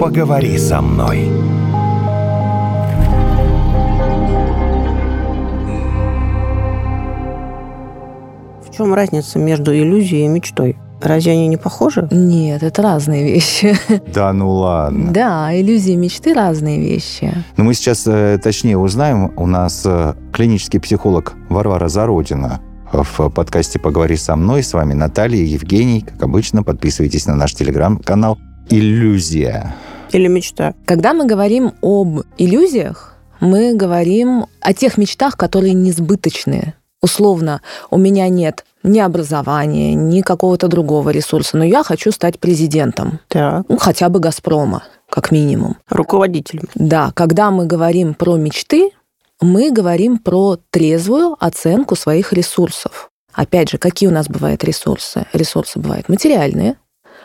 Поговори со мной. В чем разница между иллюзией и мечтой? Разве они не похожи? Нет, это разные вещи. Да ну ладно. Да, иллюзии и мечты разные вещи. Но мы сейчас э, точнее узнаем. У нас э, клинический психолог Варвара Зародина в подкасте «Поговори со мной». С вами Наталья, Евгений. Как обычно, подписывайтесь на наш телеграм-канал «Иллюзия». Или мечта? Когда мы говорим об иллюзиях, мы говорим о тех мечтах, которые несбыточные. Условно, у меня нет ни образования, ни какого-то другого ресурса, но я хочу стать президентом, Так. ну, хотя бы «Газпрома», как минимум. Руководителем. Да, когда мы говорим про мечты, мы говорим про трезвую оценку своих ресурсов. Опять же, какие у нас бывают ресурсы? Ресурсы бывают материальные,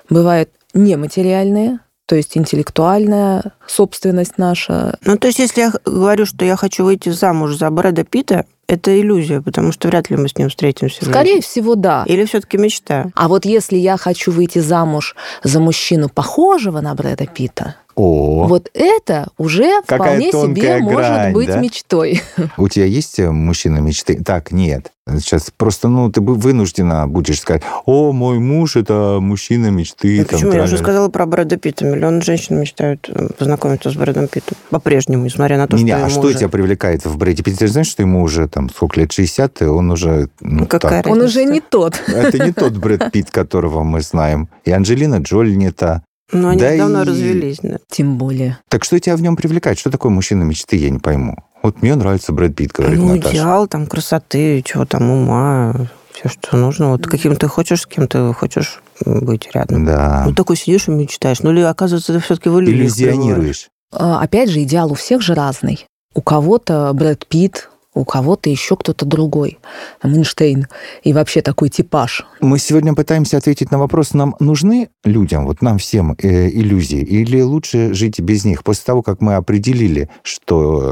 бывают нематериальные, то есть интеллектуальная собственность наша. Ну, то есть, если я х- говорю, что я хочу выйти замуж за Брэда Питта, это иллюзия, потому что вряд ли мы с ним встретимся. в жизни. Скорее всего, да. Или все-таки мечта? А вот если я хочу выйти замуж за мужчину, похожего на Брэда Питта, О, вот это уже Какая вполне себе тонкая грань, может быть да? мечтой. у тебя есть э, мужчина мечты? Так, нет. Сейчас просто, ну, ты бы вынуждена будешь сказать, о, мой муж – это мужчина мечты. Ну, там, почему? Я уже тра-ля-ля». сказала про Брэда Питта. Миллион женщин мечтают э, познакомиться с Брэдом Питтом. По-прежнему, несмотря на то, Не, что а ему что уже- тебя привлекает в Брэде Питте? Ты же знаешь, что ему уже там сколько лет, 60, и он уже... ну, Какая Он уже разница? не тот. так. Это не тот Брэд Питт, которого мы знаем. И Анджелина Джоли не та. Ну, они Да же давно и- развелись. да. Тем более. Так что тебя в нем привлекает? Что такое мужчина мечты, я не пойму. Вот мне нравится Брэд Питт, говорит Ну, Наташа. идеал там красоты, чего там, ума, все, что нужно. Вот каким ты хочешь, с кем ты хочешь быть рядом. Да. Вот такой сидишь и мечтаешь. Ну, или, оказывается, ты все-таки в иллюзиях пребываешь. Иллюзионируешь. А, Опять же, идеал у всех же разный. У кого-то Брэд Питт, у кого-то еще кто-то другой. Там Эйнштейн и вообще такой типаж. Мы сегодня пытаемся ответить на вопрос, нам нужны людям, вот нам всем, э, иллюзии, или лучше жить без них? После того, как мы определили, что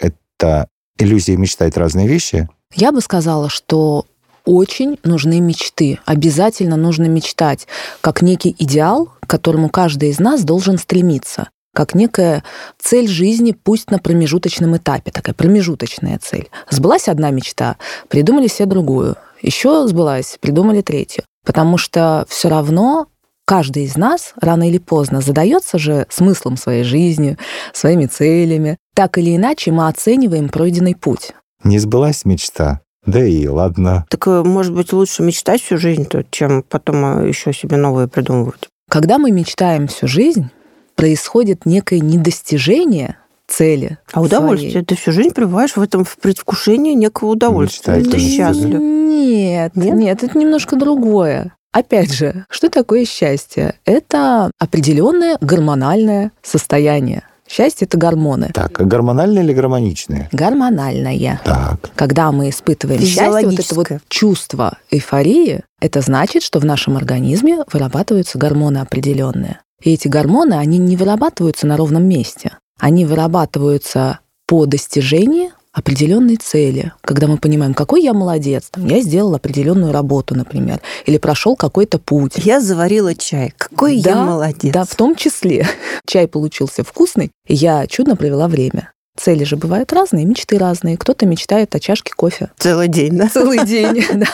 э, это иллюзия и мечта, это разные вещи, Я бы сказала, что очень нужны мечты. Обязательно нужно мечтать, как некий идеал, к которому каждый из нас должен стремиться, как некая цель жизни, пусть на промежуточном этапе, такая промежуточная цель. Сбылась одна мечта, придумали все другую. Еще сбылась, придумали третью. Потому что все равно каждый из нас рано или поздно задается же смыслом своей жизни, своими целями. Так или иначе мы оцениваем пройденный путь. не сбылась мечта. Да и ладно. Так, э, может быть, лучше мечтать всю жизнь, то, чем потом еще себе новые придумывать. Когда мы мечтаем всю жизнь, происходит некое недостижение цели. А удовольствие ты всю жизнь пребываешь в этом в предвкушении некого удовольствия. Ну, Мечтать ты тоже. Своей. счастлив. Нет, Нет? нет, это немножко другое. Опять же, что такое счастье? Это определенное гормональное состояние. Счастье это гормоны. Так, а гормональные или гармоничные? Гормональное. Так. Когда мы испытываем счастье, вот это вот Физиологическое. чувство эйфории, это значит, что в нашем организме вырабатываются гормоны определенные. И эти гормоны, они не вырабатываются на ровном месте. Они вырабатываются по достижении определенной цели, когда мы понимаем, какой я молодец, там, я сделал определенную работу, например, или прошел какой-то путь. Я заварила чай. Какой я Да, молодец. Да, в том числе. Чай получился вкусный, и я чудно провела время. Цели же бывают разные, мечты разные. Кто-то мечтает о чашке кофе Целый день, да? целый день, да.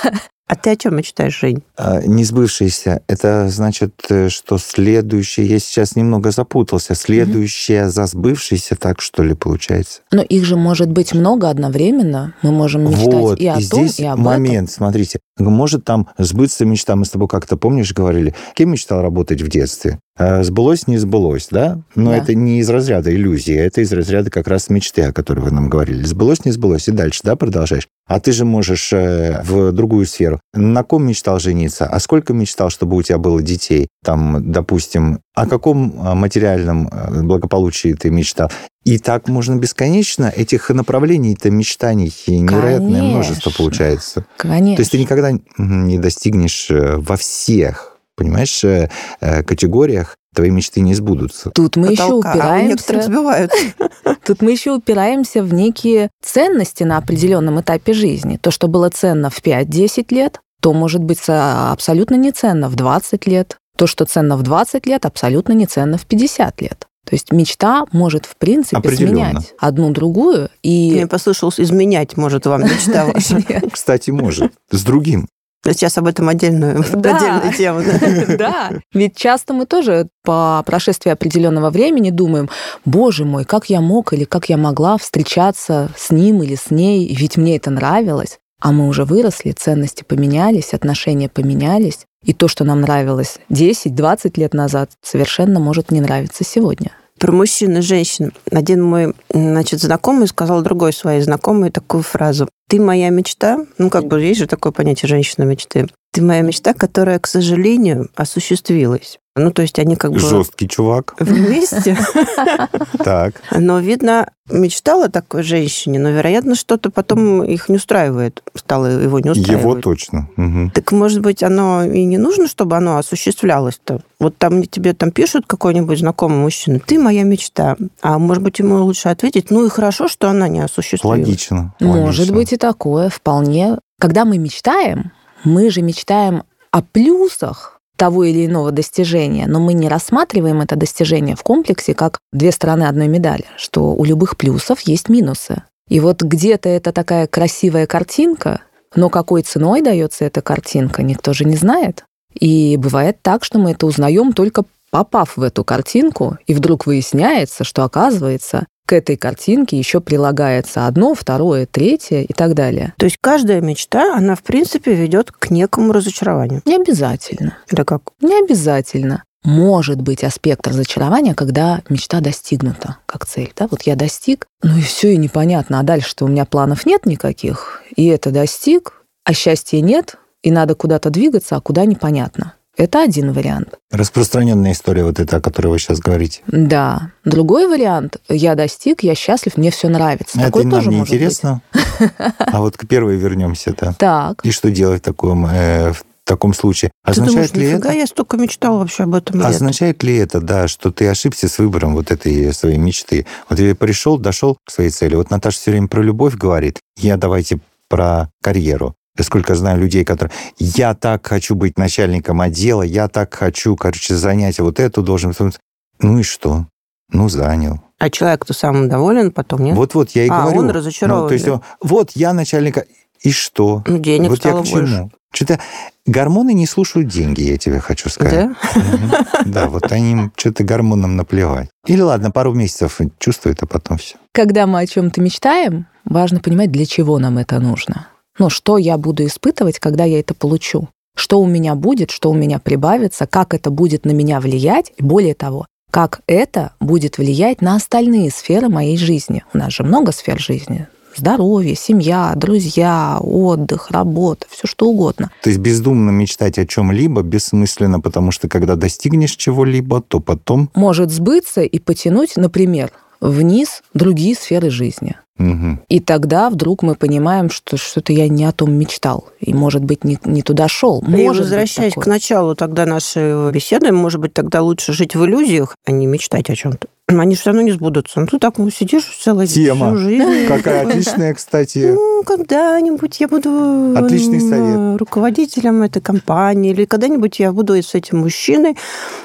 А ты о чем мечтаешь, Жень? А, Не сбывшиеся, это значит, э, что следующее, я сейчас немного запутался, следующее за сбывшееся, так что ли, получается? Но их же может быть много одновременно. Мы можем мечтать вот, и о том, здесь и об этом. момент, смотрите, может там сбыться мечта, мы с тобой как-то, помнишь, говорили, кем мечтал работать в детстве? Э, Сбылось, не сбылось, да? Но Да. это не из разряда иллюзии, а это из разряда как раз мечты, о которой вы нам говорили. Сбылось, не сбылось, и дальше, да, продолжаешь? А ты же можешь э, в другую сферу. На ком мечтал жениться? А сколько мечтал, чтобы у тебя было детей? Там, допустим, о каком э, материальном э, благополучии ты мечтал? И так можно бесконечно. Этих направлений-то мечтаний невероятное множество Конечно. получается. Конечно. То есть ты никогда не достигнешь э, во всех, понимаешь, э, э, категориях твои мечты не сбудутся. Тут мы Потолка, еще а у некоторых упираемся. сбивают. Тут мы еще упираемся в некие ценности на определенном этапе жизни. То, что было ценно в 5-10 лет, то может быть со- абсолютно неценно в 20 лет. То, что ценно в 20 лет, абсолютно не ценно в 50 лет. То есть мечта может, в принципе, Определенно. сменять одну другую. И Мне послышалось, изменять может вам мечта ваша. Ну, Кстати, может. С другим. Сейчас об этом отдельную, Да. отдельная тема. да. Да, ведь часто мы тоже по прошествии определенного времени думаем, боже мой, как я мог или как я могла встречаться с ним или с ней, ведь мне это нравилось. А мы уже выросли, ценности поменялись, отношения поменялись, и то, что нам нравилось 10-20 лет назад, совершенно может не нравиться сегодня. Про мужчин и женщин. Один мой, значит, знакомый сказал другой своей знакомой такую фразу. Ты моя мечта. Ну, как бы есть же такое понятие женщина мечты. Ты моя мечта, которая, к сожалению, осуществилась. Ну, то есть они как бы Жесткий чувак. вместе. Так. Но, видно, мечтала о такой женщине, но, вероятно, что-то потом их не устраивает, стало его не устраивать. Его точно. Мгм. Так, может быть, оно и не нужно, чтобы оно осуществлялось-то. Вот там тебе там пишут какой-нибудь знакомый мужчина, ты моя мечта. А может быть, ему лучше ответить, ну и хорошо, что она не осуществилась. Логично. Может логично. быть и такое, вполне. Когда мы мечтаем, мы же мечтаем о плюсах того или иного достижения, но мы не рассматриваем это достижение в комплексе как две стороны одной медали, что у любых плюсов есть минусы. И вот где-то это такая красивая картинка, но какой ценой дается эта картинка, никто же не знает. И бывает так, что мы это узнаем только попав в эту картинку, и вдруг выясняется, что оказывается, к этой картинке еще прилагается одно, второе, третье и так далее. То есть каждая мечта, она, в принципе, ведет к некому разочарованию. Не обязательно. Да как? Не обязательно. Может быть аспект разочарования, когда мечта достигнута как цель. Да? Вот я достиг, ну и все, и непонятно. А дальше-то у меня планов нет никаких, и это достиг, а счастья нет, и надо куда-то двигаться, а куда непонятно. Это один вариант. Распространенная история вот эта, о которой вы сейчас говорите. Да. Другой вариант – я достиг, я счастлив, мне все нравится. Такой Это тоже нам не может быть. интересно. А вот к первой вернемся, да. Так. И что делать в таком, э, в таком случае? Ты думаешь, Означает ли нифига это? я столько мечтала вообще об этом лет». Означает ли это, да, что ты ошибся с выбором вот этой э, своей мечты? Вот я пришел, дошел к своей цели. Вот Наташа все время про любовь говорит. Я давайте про карьеру. Я Сколько знаю людей, которые... Я так хочу быть начальником отдела, я так хочу, короче, занять вот эту должность. Ну и что? Ну, занял. А человек-то сам доволен потом, нет? Вот-вот, я и А, говорю. он Ну, разочарован. то есть, да? он, вот я начальника, и что? Ну, денег вот стало я к чему? больше. Что-то гормоны не слушают деньги, я тебе хочу сказать. Да? Мгм. Да, вот они что-то гормонам наплевать. Или ладно, пару месяцев чувствуют, а потом все. Когда мы о чем-то мечтаем, важно понимать, для чего нам это нужно. Ну, что я буду испытывать, когда я это получу? Что у меня будет, что у меня прибавится, как это будет на меня влиять, и более того, как это будет влиять на остальные сферы моей жизни. У нас же много сфер жизни. Здоровье, семья, друзья, отдых, работа, все что угодно. То есть бездумно мечтать о чем-либо бессмысленно, потому что когда достигнешь чего-либо, то потом Может сбыться и потянуть, например, вниз другие сферы жизни. мгм, И тогда вдруг мы понимаем, что что-то я не о том мечтал. И, может быть, не, не туда шел. А И Может быть возвращаясь такое. к началу тогда нашей беседы, может быть, тогда лучше жить в иллюзиях, а не мечтать о чем-то. Они все равно не сбудутся. Ну, ты так ну, сидишь целый Тема. всю жизнь. Какая отличная, кстати. Ну, когда-нибудь я буду Отличный м, совет. руководителем этой компании, или когда-нибудь я буду с этим мужчиной.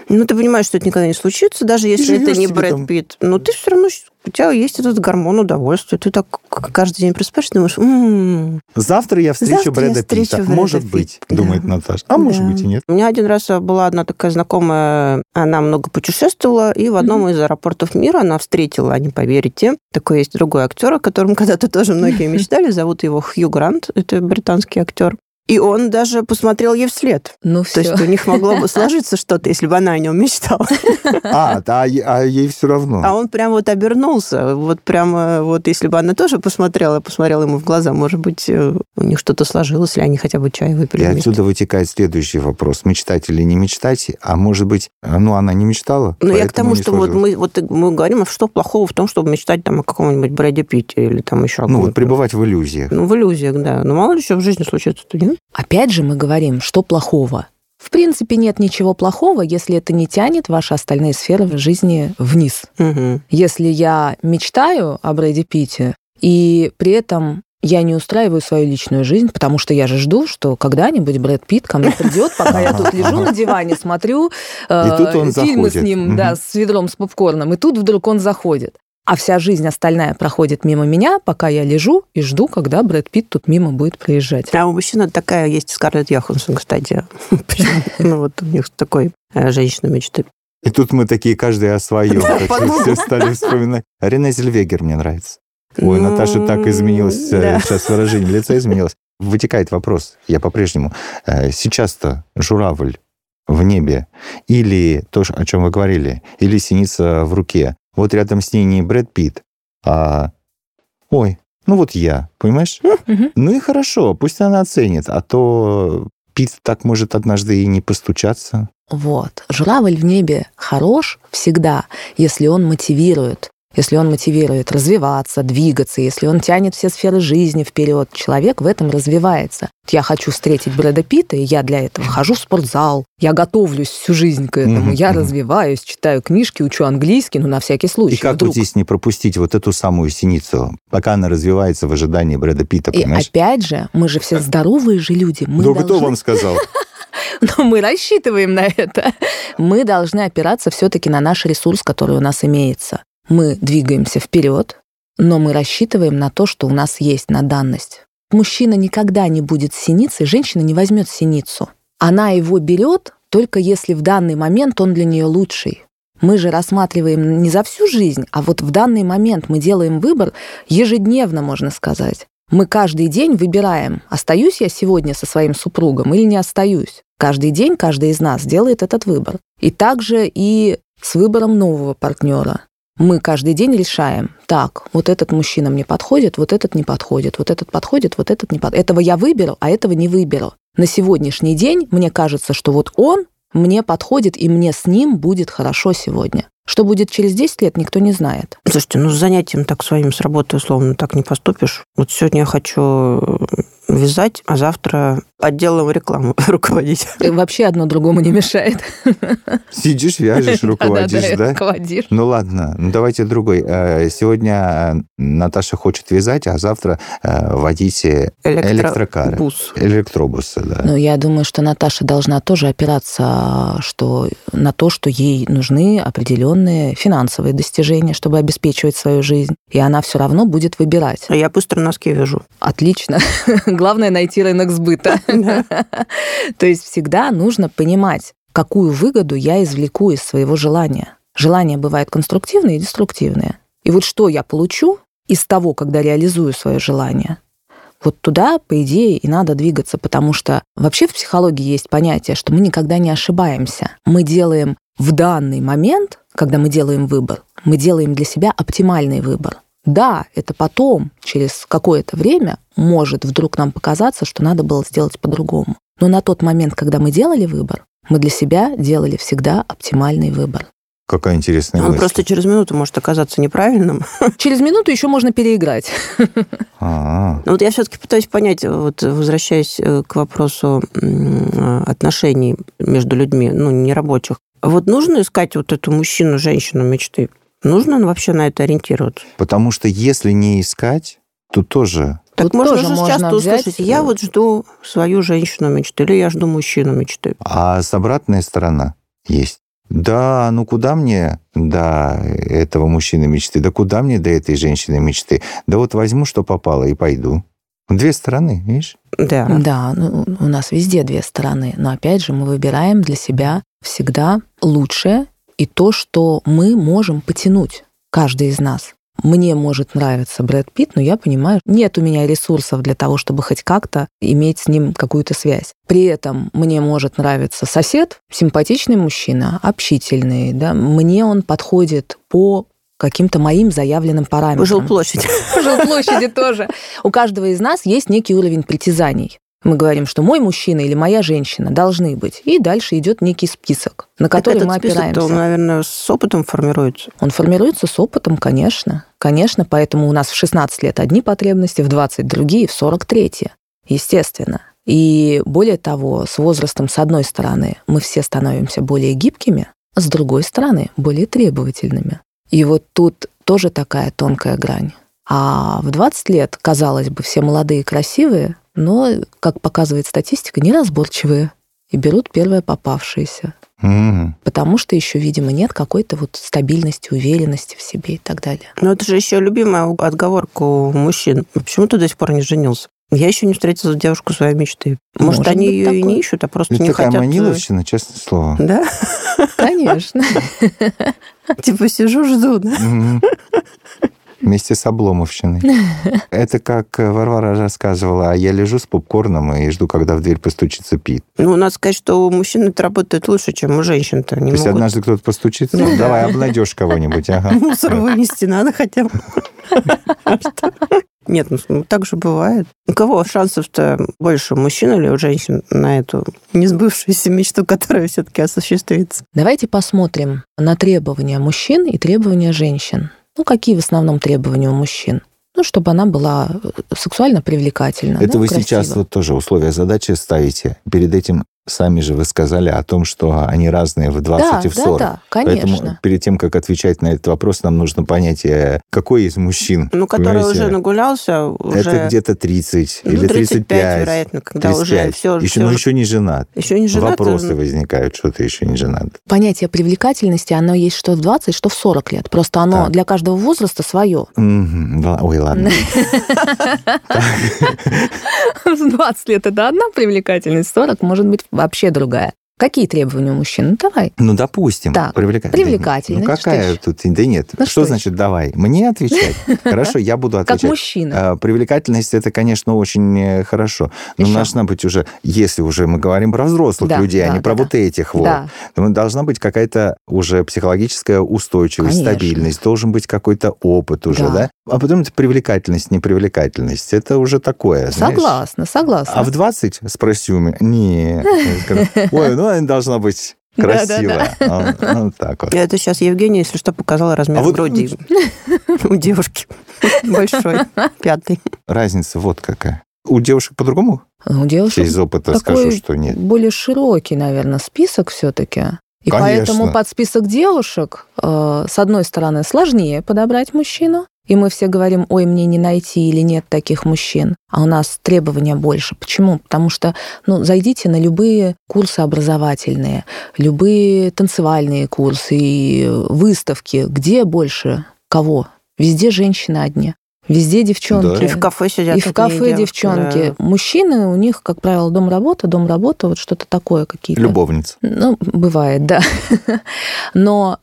Ну, ты понимаешь, что это никогда не случится, даже если это живёшь не себе там. Брэд Питт. Но ты все равно, у тебя есть этот гормон удовольствия. Ты так каждый день просыпаешься и думаешь, «М, Завтра я встречу Завтра я Брэда встречу Питта. Брэда может Питта. быть, Да. думает Наташа. А может Да. быть и нет. У меня один раз э, была одна такая знакомая, она много путешествовала, и в одном Мгм. из аэропортов мира она встретила, а не поверите, такой есть другой актер, о котором когда-то тоже многие мечтали, зовут его Хью Грант, это британский актер. И он даже посмотрел ей вслед. Ну То все. есть у них могло бы сложиться что-то, если бы она о нем мечтала. А, да, а е- а ей все равно. А он прям вот обернулся. Вот прямо вот если бы она тоже посмотрела, посмотрела ему в глаза, может быть, э, у них что-то сложилось, или они хотя бы чай выпили И вместе. отсюда вытекает следующий вопрос. Мечтать или не мечтать? А может быть, ну, она не мечтала? Ну, я поэтому к тому, не что вот сложилось. мы, вот мы говорим, а что плохого в том, чтобы мечтать там о каком-нибудь Брэде Питте или там еще о Ну, ком-то? вот пребывать в иллюзиях. Ну, в иллюзиях, да. Но мало ли что в жизни случится-то, нет? Опять же мы говорим, что плохого. В принципе, нет ничего плохого, если это не тянет ваши остальные сферы в жизни вниз. Мгм. Если я мечтаю о Брэде Питте, и при этом я не устраиваю свою личную жизнь, потому что я же жду, что когда-нибудь Брэд Питт ко мне придет, пока я тут лежу на диване, смотрю э, тут он фильмы с заходит. ним, Мгм. да, с ведром, с попкорном, и тут вдруг он заходит. А вся жизнь остальная проходит мимо меня, пока я лежу и жду, когда Брэд Питт тут мимо будет проезжать. А у мужчин вот такая есть Скарлетт Йоханссон, кстати. Ну вот у них такой э, женщина мечты. И тут мы такие, каждый о своем. Все стали вспоминать. Рене Зельвегер мне нравится. Ой, Ну, Наташа так изменилась, э, да. сейчас выражение лица изменилось. Вытекает вопрос, я по-прежнему. э, Сейчас-то журавль в небе или то, о чем вы говорили, или синица в руке. Вот рядом с ней не Брэд Питт, а... Ой, ну вот я, понимаешь? Мгм. Ну и хорошо, пусть она оценит, а то Питт так может однажды и не постучаться. Вот. Журавль в небе хорош всегда, если он мотивирует. Если он мотивирует развиваться, двигаться, если он тянет все сферы жизни вперед, человек в этом развивается. Я хочу встретить Брэда Питта, и я для этого хожу в спортзал, я готовлюсь всю жизнь к этому, Мгм, я мгм. развиваюсь, читаю книжки, учу английский, ну, на всякий случай. И как вдруг. вот здесь не пропустить вот эту самую синицу, пока она развивается в ожидании Брэда Питта, И понимаешь? Э, опять же, мы же все здоровые же люди. Мы Ну, кто должны- вам сказал? Но мы рассчитываем на это. Мы должны опираться все-таки на наш ресурс, который у нас имеется. Мы двигаемся вперед, но мы рассчитываем на то, что у нас есть, на данность. Мужчина никогда не будет синицей, женщина не возьмет синицу. Она его берет, только если в данный момент он для нее лучший. Мы же рассматриваем не за всю жизнь, а вот в данный момент мы делаем выбор ежедневно, можно сказать. Мы каждый день выбираем, остаюсь я сегодня со своим супругом или не остаюсь. Каждый день каждый из нас делает этот выбор. И также и с выбором нового партнера. Мы каждый день решаем, так, вот этот мужчина мне подходит, вот этот не подходит, вот этот подходит, вот этот не подходит. Этого я выберу, а этого не выберу. На сегодняшний день мне кажется, что вот он мне подходит, и мне с ним будет хорошо сегодня. Что будет через 10 лет, никто не знает. Слушайте, ну с занятием так своим с работы условно так не поступишь. Вот сегодня я хочу э, вязать, а завтра отделом рекламы руководить. И вообще одно другому не мешает. Сидишь, вяжешь, руководишь, да? руководишь. Ну ладно, ну давайте другой. Э, Сегодня э, Наташа хочет вязать, а завтра э, водить э, Электрокары. Бус. электробусы, да. Ну, я думаю, что Наташа должна тоже опираться что, на то, что ей нужны определенные финансовые достижения, чтобы обеспечивать свою жизнь. И она все равно будет выбирать. А я быстро носки вяжу. Отлично. Главное найти рынок сбыта. То есть всегда нужно понимать, какую выгоду я извлеку из своего желания. Желания бывают конструктивные и деструктивные. И вот что я получу из того, когда реализую свое желание, вот туда, по идее, и надо двигаться, потому что вообще в психологии есть понятие, что мы никогда не ошибаемся. Мы делаем в данный момент, когда мы делаем выбор, мы делаем для себя оптимальный выбор. Да, это потом, через какое-то время, может вдруг нам показаться, что надо было сделать по-другому. Но на тот момент, когда мы делали выбор, мы для себя делали всегда оптимальный выбор. Какая интересная А Он мысль. просто через минуту может оказаться неправильным. Через минуту еще можно переиграть. А, Ну, вот я все-таки пытаюсь понять, вот возвращаясь э, к вопросу м, э, отношений между людьми, ну, не рабочих. Вот нужно искать вот эту мужчину, женщину мечты? Нужно ну, вообще на это ориентироваться? Потому что если не искать, то тоже... Так Тут можно тоже же можно часто взять, услышать, я э, вот жду свою женщину мечты, или я жду мужчину мечты. А с обратная сторона есть. Да, ну куда мне до этого мужчины мечты? Да куда мне до этой женщины мечты? Да вот возьму, что попало, и пойду. Две стороны, видишь? Да. Да, ну, у нас везде две стороны, но опять же мы выбираем для себя всегда лучшее и то, что мы можем потянуть, каждый из нас. Мне может нравиться Брэд Питт, но я понимаю, нет у меня ресурсов для того, чтобы хоть как-то иметь с ним какую-то связь. При этом мне может нравиться сосед, симпатичный мужчина, общительный, да, мне он подходит по каким-то моим заявленным параметрам. Жилплощадь. По жилплощади тоже. У каждого из нас есть некий уровень притязаний. Мы говорим, что мой мужчина или моя женщина должны быть. И дальше идет некий список, на который Этот мы список, опираемся. он, наверное, с опытом формируется. Он формируется с опытом, конечно. Конечно, поэтому у нас в 16 лет одни потребности, в 20 другие, в 43 естественно. И более того, с возрастом, с одной стороны, мы все становимся более гибкими, а с другой стороны, более требовательными. И вот тут тоже такая тонкая грань. А в 20 лет, казалось бы, все молодые и красивые, но, как показывает статистика, неразборчивые и берут первое попавшееся. Мгм. Потому что еще, видимо, нет какой-то вот стабильности, уверенности в себе и так далее. Но Ну, это же еще любимая у- отговорка у мужчин. Почему ты до сих пор не женился? Я еще не встретила девушку своей мечты. Может, Может они быть ее и такое. не ищут, а просто Это не такая хотят... э, маниловщина, честное слово. Да? Конечно. Типа сижу, жду, да? Мгм. Вместе с Обломовщиной. Это как э, Варвара рассказывала, а я лежу с попкорном и жду, когда в дверь постучится Пит. Ну, надо сказать, что у мужчин это работает лучше, чем у женщин-то. Они То есть могут однажды кто-то постучится, Ну да. давай обнадежь кого-нибудь. ага. мусор вынести надо хотя бы. А что? Нет, ну ну, так же бывает. У кого шансов-то больше, у мужчин или у женщин на эту несбывшуюся мечту, которая все-таки осуществится? Давайте посмотрим на требования мужчин и требования женщин. Ну, какие в основном требования у мужчин? Ну, чтобы она была э, сексуально привлекательна. Это ну, вы красива. сейчас вот тоже условия задачи ставите. Перед этим сами же вы сказали о том, что они разные в 20 да, и в 40. Да, да, конечно. Поэтому перед тем, как отвечать на этот вопрос, нам нужно понять, э, какой из мужчин. Ну, который понимаете? уже нагулялся, уже... Это где-то 30 ну, или 35. 35, вероятно, когда уже 35. все... еще, но еще ну, не женат. еще не женат. Вопросы он- возникают, что ты еще не женат. Понятие привлекательности, оно есть что в 20, что в 40 лет. Просто оно Так. для каждого возраста свое. Мгм, ла- Ой, ладно. В 20 лет это одна привлекательность, 40 может быть вообще другая. Какие требования у мужчин? Ну, давай. Ну, допустим, Так, привлека- привлекательность, Ну, какая что тут... Да нет, Ну, что что значит давай? Мне отвечать? Хорошо, я буду Как отвечать. мужчина. А, Привлекательность это, конечно, очень э, хорошо. Но Ещё. должна быть уже, если уже мы говорим про взрослых Да, людей, а да, не да, про да. вот этих вот, Да, то должна быть какая-то уже психологическая устойчивость, Конечно. стабильность, должен быть какой-то опыт уже, да? Да. А потом это привлекательность, непривлекательность. Это уже такое. знаешь. согласна, согласна. А в 20 спросил меня. Не. Я скажу, Ой, ну она должна быть красивая. А, Ну, так вот. Это сейчас Евгения, если что, показала размер А вот- груди у девушки. Большой, пятый. Разница вот какая. У девушек по-другому? Ну, девушек Из опыта такой- скажу, что нет. более широкий, наверное, список все-таки. И Конечно. поэтому под список девушек, э, с одной стороны, сложнее подобрать мужчину, и мы все говорим, ой, мне не найти или нет таких мужчин, а у нас требования больше. Почему? Потому что, ну, зайдите на любые курсы образовательные, любые танцевальные курсы и выставки, где больше кого? Везде женщины одни, везде девчонки. Да. И в кафе сидят. И в одни кафе девушки, девчонки. да. Мужчины, у них, как правило, дом работа, дом работа, вот что-то такое какие-то. Любовница. Ну, бывает, да. Но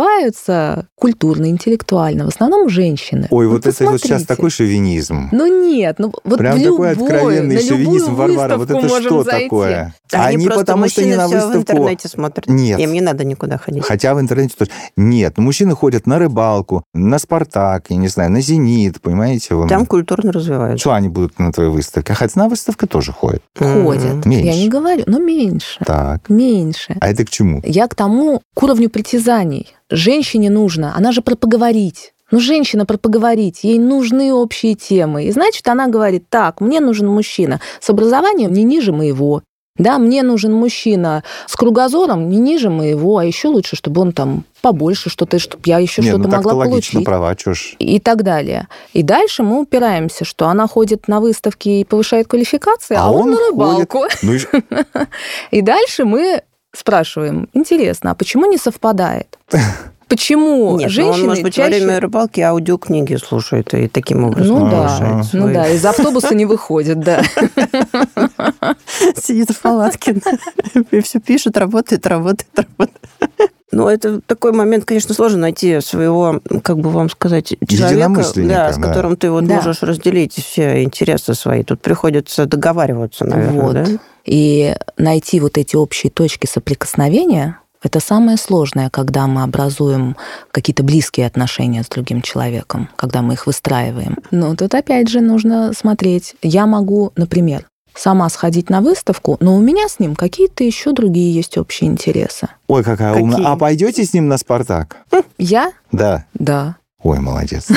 развиваются культурно, интеллектуально, в основном женщины. Ой, Ну, вот это вот сейчас посмотрите. такой шовинизм. Ну нет, ну вот Прям в такой любой, откровенный на любую шовинизм, Варвара. Вот выставку это можем что зайти. такое? Да они Они просто потому что не мужчины на всё в выставку. интернете смотрят. Нет. Им не надо никуда ходить. Хотя в интернете тоже. Нет, ну, мужчины ходят на рыбалку, на Спартак, я не знаю, на Зенит, понимаете? вон. Там культурно развиваются. Что они будут на твоей выставке? Хотя на выставке тоже ходят. Мгм. Ходят. Я Меньше. не говорю, но меньше. Так. Меньше. А это к чему? Я к тому, к уровню притязаний. Женщине нужно, она же про поговорить. Ну, женщина про поговорить, ей нужны общие темы. И значит, она говорит, так, мне нужен мужчина с образованием не ниже моего. Да, мне нужен мужчина с кругозором не ниже моего, а еще лучше, чтобы он там побольше что-то, чтобы я еще Не, что-то ну так-то могла логично, получить права, чё ж. и так далее. И дальше мы упираемся, что она ходит на выставки и повышает квалификации, а, А он он, на ходит. рыбалку. Ну и ж- И дальше мы спрашиваем, интересно, а почему не совпадает? Почему Нет, ну, женщины он, может быть, во чаще... время рыбалки аудиокниги слушает и таким образом Ну да, повышает Ну свой- да, из автобуса не выходит, да. Сидит в палатке и все пишет, работает, работает, работает. Ну, это такой момент, конечно, сложно найти своего, как бы вам сказать, человека, Единомышленника, да, с да. которым ты вот Да. можешь разделить все интересы свои. Тут приходится договариваться, наверное, Вот. да? И найти вот эти общие точки соприкосновения – это самое сложное, когда мы образуем какие-то близкие отношения с другим человеком, когда мы их выстраиваем. Но тут опять же нужно смотреть. Я могу, например, сама сходить на выставку, но у меня с ним какие-то еще другие есть общие интересы. Ой, какая Какие? умная. А пойдете с ним на Спартак? Я? Да. Да. Ой, молодец.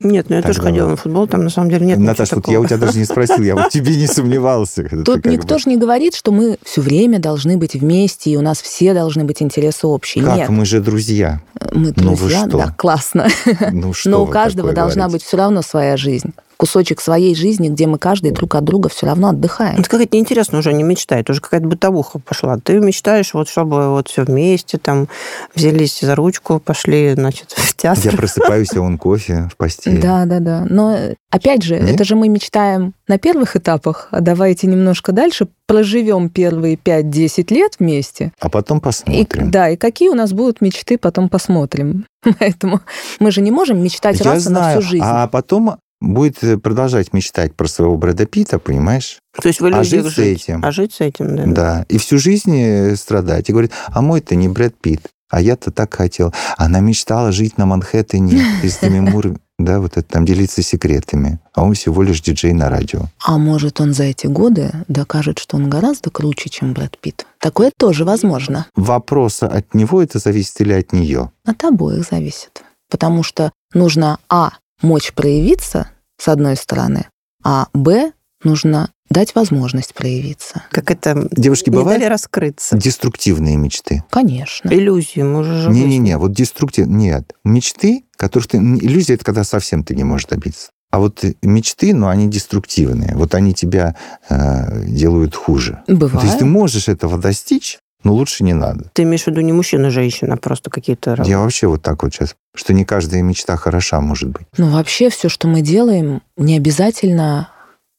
Нет, ну я Так тоже давай. ходила на футбол, там на самом деле нет Наташа, ничего тут я такого. у тебя даже не спросил, я вот тебе не сомневался. когда ты Тут как никто бы- же не говорит, что мы все время должны быть вместе, и у нас все должны быть интересы общие. Как, Нет, мы же друзья. мы Ну вы друзья, что? да, классно. Ну что Но у вы каждого такое должна говорите? быть все равно своя жизнь. Кусочек своей жизни, где мы каждый друг от друга все равно отдыхаем. Это какая-то неинтересная уже не мечта, это уже какая-то бытовуха пошла. Ты мечтаешь, вот чтобы вот все вместе, там, взялись за ручку, пошли, значит, в Я театр. просыпаюсь, а он кофе в постели. Да, да, да. Но э, опять же, Нет? это же мы мечтаем на первых этапах, а давайте немножко дальше проживем первые 5-10 лет вместе. А потом И, посмотрим. да, и какие у нас будут мечты, потом посмотрим. Поэтому мы же не можем мечтать Я раз и на знаю, всю жизнь. а потом будет э, продолжать мечтать про своего Брэда Питта, понимаешь? То есть в иллюзиях жить с этим? А жить с этим, да. Да. И всю жизнь э, страдать. И говорит, а мой-то не Брэд Питт, а я-то так хотел. Она мечтала жить на Манхэттене и с Деми Мур, да, вот это там делиться секретами. А он всего лишь диджей на радио. А может, он за эти годы докажет, что он гораздо круче, чем Брэд Питт? Такое тоже возможно. Вопрос от него это зависит или от нее? От обоих зависит. Потому что нужно, а, мочь проявиться, с одной стороны, а, б, нужно дать возможность проявиться. Как это... Девушки, Не дали бывают раскрыться. деструктивные мечты? Конечно. Иллюзии, мы уже же Не-не-не, вот деструктив... Нет, мечты, которых ты... н- Иллюзия — это когда совсем ты не можешь добиться. А вот э, мечты, но они деструктивные. Вот они тебя э, делают хуже. Ну, То есть Бывает. ты можешь этого достичь, но лучше не надо. Ты имеешь в виду не мужчина, а женщина, а просто какие-то... Я вообще вот так вот сейчас, что не каждая мечта хороша может быть. Но Ну, вообще все, что мы делаем, не обязательно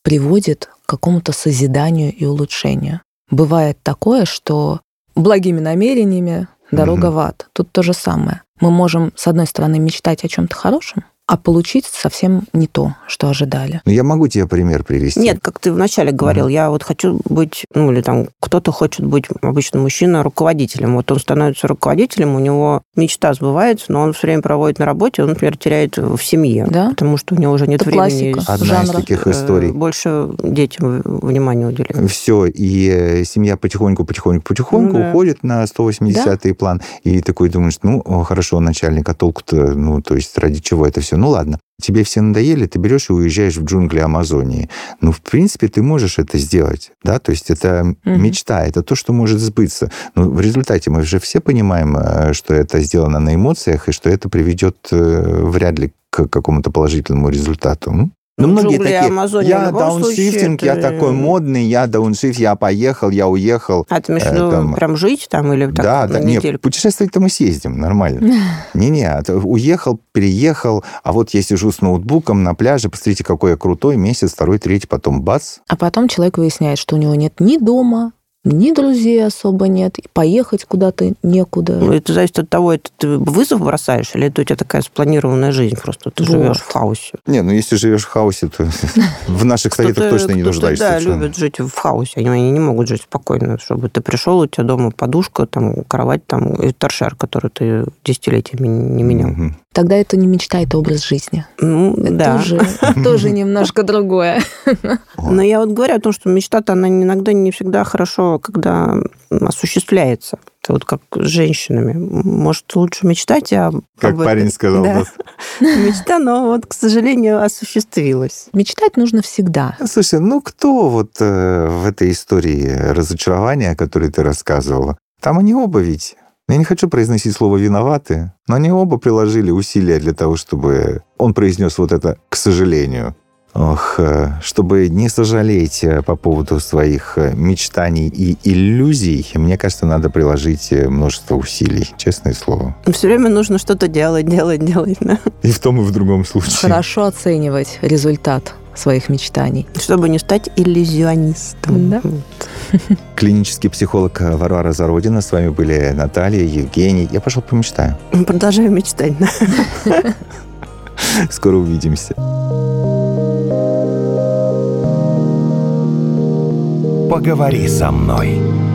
приводит к какому-то созиданию и улучшению. Бывает такое, что благими намерениями дорога Мгм. в ад. Тут то же самое. Мы можем, с одной стороны, мечтать о чем-то хорошем, а получить совсем не то, что ожидали. Но я могу тебе пример привести. Нет, как ты вначале говорил, я вот хочу быть, ну или там кто-то хочет быть обычно мужчина руководителем. Вот он становится руководителем, у него мечта сбывается, но он все время проводит на работе, он, например, теряет в семье, Да. потому что у него уже нет Это времени. классика. Одна из жанра, таких э, историй. Больше детям внимания уделять. Все, и э, семья потихоньку, потихоньку, потихоньку Ну да. уходит на 180 й план. И такой думаешь, ну, о, хорошо, начальник, а толку-то, ну, то есть ради чего это все? Ну, ладно. Тебе все надоели, ты берешь и уезжаешь в джунгли Амазонии. Ну, в принципе, ты можешь это сделать, да, то есть это Мгм. мечта, это то, что может сбыться. Но в результате мы же все понимаем, э, что это сделано на эмоциях и что это приведет э, вряд ли к какому-то положительному результату. М? Ну, Ну, многие джунгли такие, Амазонии в я любом дауншифтинг, случае я это- такой модный, я дауншифт, я поехал, я уехал. А ты имеешь в виду Э, там- прям жить там или так да, на да, нет, недельку? путешествовать-то мы съездим, нормально. Не-не, а то уехал, переехал, а вот я сижу с ноутбуком на пляже, посмотрите, какой я крутой, месяц, второй, третий, потом бац. А потом человек выясняет, что у него нет ни дома, ни друзей особо нет, и поехать куда-то некуда. Ну, это зависит от того, это ты вызов бросаешь, или это у тебя такая спланированная жизнь просто, ты Вот. живешь в хаосе. Не, ну если живешь в хаосе, то в наших советах Кто-то- точно не кто-то, нуждаешься. Да, совершенно. любят жить в хаосе. Они, они не могут жить спокойно, чтобы ты пришел, у тебя дома подушка, там, кровать, там, и торшер, который ты десятилетиями не менял. Мгм. Тогда это не мечта, это образ жизни. Ну, Это да. Тоже, тоже немножко другое. Но я вот говорю о том, что мечта-то, она иногда не всегда хорошо, когда м, осуществляется. Это вот как с женщинами. Может, лучше мечтать, а... Как об парень этом- сказал, Да. да. Мечта, но вот, к сожалению, осуществилась. Мечтать нужно всегда. Слушай, ну кто вот э, в этой истории разочарования, о которой ты рассказывала? Там они оба ведь. Я не хочу произносить слово «виноваты», но они оба приложили усилия для того, чтобы он произнес вот это «к сожалению». Ох, э, чтобы не сожалеть э, по поводу своих э, мечтаний и иллюзий, мне кажется, надо приложить э, множество усилий, честное слово. Все время нужно что-то делать, делать, делать. да. И в том, и в другом случае. Хорошо оценивать результат своих мечтаний. Чтобы не стать иллюзионистом. Да. Клинический психолог Варвара Зародина. С вами были Наталья, Евгений. Я пошел помечтаю. Продолжаю мечтать. да. Скоро увидимся. Поговори со мной.